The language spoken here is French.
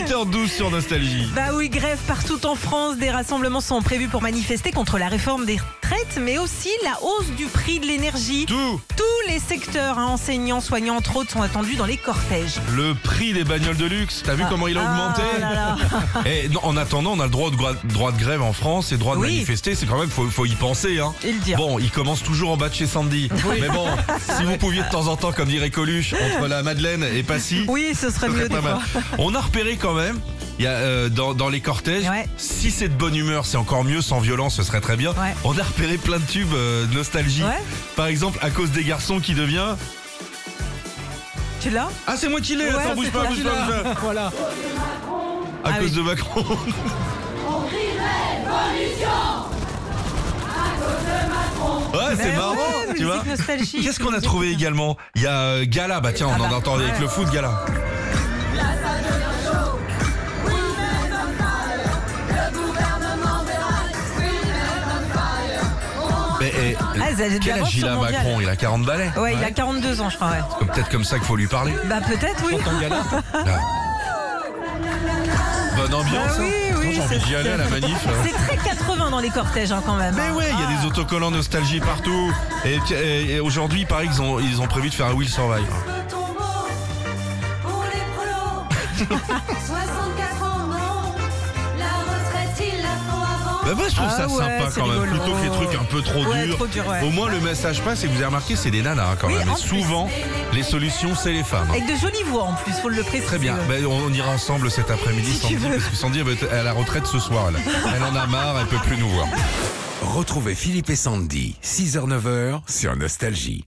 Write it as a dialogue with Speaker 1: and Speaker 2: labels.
Speaker 1: 8h12 sur Nostalgie.
Speaker 2: Bah oui, grève partout en France. Des rassemblements sont prévus pour manifester contre la réforme des retraites, mais aussi la hausse du prix de l'énergie.
Speaker 1: Tout
Speaker 2: Tous les secteurs, hein, enseignants, soignants, entre autres, sont attendus dans les cortèges.
Speaker 1: le prix des bagnoles de luxe, t'as vu comment il a augmenté
Speaker 2: Ah là là.
Speaker 1: Eh, non, En attendant, on a le droit de, gra- droit de grève en France et droit de
Speaker 2: Oui.
Speaker 1: manifester, c'est quand même, faut, faut y penser. Hein.
Speaker 2: Et le dire.
Speaker 1: Bon, il commence toujours en bas de chez Sandy. Mais bon, si vous pouviez de temps en temps, comme dirait Coluche, entre la Madeleine et Passy,
Speaker 2: Oui, ce serait
Speaker 1: ce serait
Speaker 2: mieux des
Speaker 1: pas mal.
Speaker 2: fois.
Speaker 1: On a repéré quand même. Il y a, euh, dans, dans les cortèges,
Speaker 2: Ouais.
Speaker 1: si c'est de bonne humeur, c'est encore mieux, sans violence, ce serait très bien.
Speaker 2: Ouais.
Speaker 1: On a repéré plein de tubes euh, de nostalgie.
Speaker 2: Ouais.
Speaker 1: Par exemple, à cause des garçons qui devient.
Speaker 2: Tu l'as
Speaker 1: Ah, c'est moi qui l'ai,
Speaker 2: Ouais,
Speaker 1: attends, bouge
Speaker 2: c'est
Speaker 1: pas,
Speaker 2: toi,
Speaker 1: bouge
Speaker 2: tu
Speaker 1: pas, bouge pas.
Speaker 3: Voilà.
Speaker 1: À
Speaker 2: Ah
Speaker 1: cause
Speaker 2: oui.
Speaker 1: de Macron. Ouais, c'est
Speaker 2: Ben
Speaker 1: marrant,
Speaker 2: ouais,
Speaker 1: tu
Speaker 2: musique
Speaker 1: vois.
Speaker 2: nostalgique.
Speaker 1: Qu'est-ce qu'on a trouvé également Il y a euh, Gala, bah tiens, on
Speaker 2: Ah
Speaker 1: en
Speaker 2: bah,
Speaker 1: entend avec
Speaker 2: ouais.
Speaker 1: le foot, Gala. Mais eh,
Speaker 2: Ah, ça, j'ai de
Speaker 1: quel
Speaker 2: l'avance
Speaker 1: âge il
Speaker 2: sur
Speaker 1: a
Speaker 2: mondial.
Speaker 1: Macron Il a 40 balais
Speaker 2: Ouais, il a 42 ans, je crois. ouais.
Speaker 1: C'est Peut-être comme ça qu'il faut lui parler.
Speaker 2: Bah peut-être, oui.
Speaker 1: Là. Bonne ambiance.
Speaker 2: Ah oui,
Speaker 1: hein.
Speaker 2: oui,
Speaker 1: J'ai envie
Speaker 2: c'est-
Speaker 1: d'y aller à la manif. là.
Speaker 2: C'est très 80 dans les cortèges, hein, quand même.
Speaker 1: Mais ouais, il y a des autocollants nostalgie partout. Et, et- et aujourd'hui, par exemple, ils ont, ils ont prévu de faire un Will Survive.
Speaker 4: tombeau pour les prolos. 64 ans, non. La retraite, il la faut avant.
Speaker 1: Bah moi je trouve
Speaker 2: Ah
Speaker 1: ça
Speaker 2: ouais,
Speaker 1: sympa
Speaker 2: c'est
Speaker 1: quand même.
Speaker 2: rigolo.
Speaker 1: Plutôt que les trucs un peu trop
Speaker 2: Ouais,
Speaker 1: durs.
Speaker 2: trop dur, ouais.
Speaker 1: Au moins le message passe et vous avez remarqué c'est des nanas hein, quand
Speaker 2: Oui,
Speaker 1: même.
Speaker 2: en
Speaker 1: Et
Speaker 2: plus.
Speaker 1: souvent les solutions c'est les femmes.
Speaker 2: Ah. Avec de jolies voix en plus, faut le préciser.
Speaker 1: Très bien. Ben, on, on ira ensemble cet après-midi
Speaker 2: Si tu
Speaker 1: Sandy,
Speaker 2: veux.
Speaker 1: parce que Sandy elle va être à la retraite ce soir. Elle, elle en a marre, elle peut plus nous voir.
Speaker 3: Retrouvez Philippe et Sandy, 6h-9h sur Nostalgie.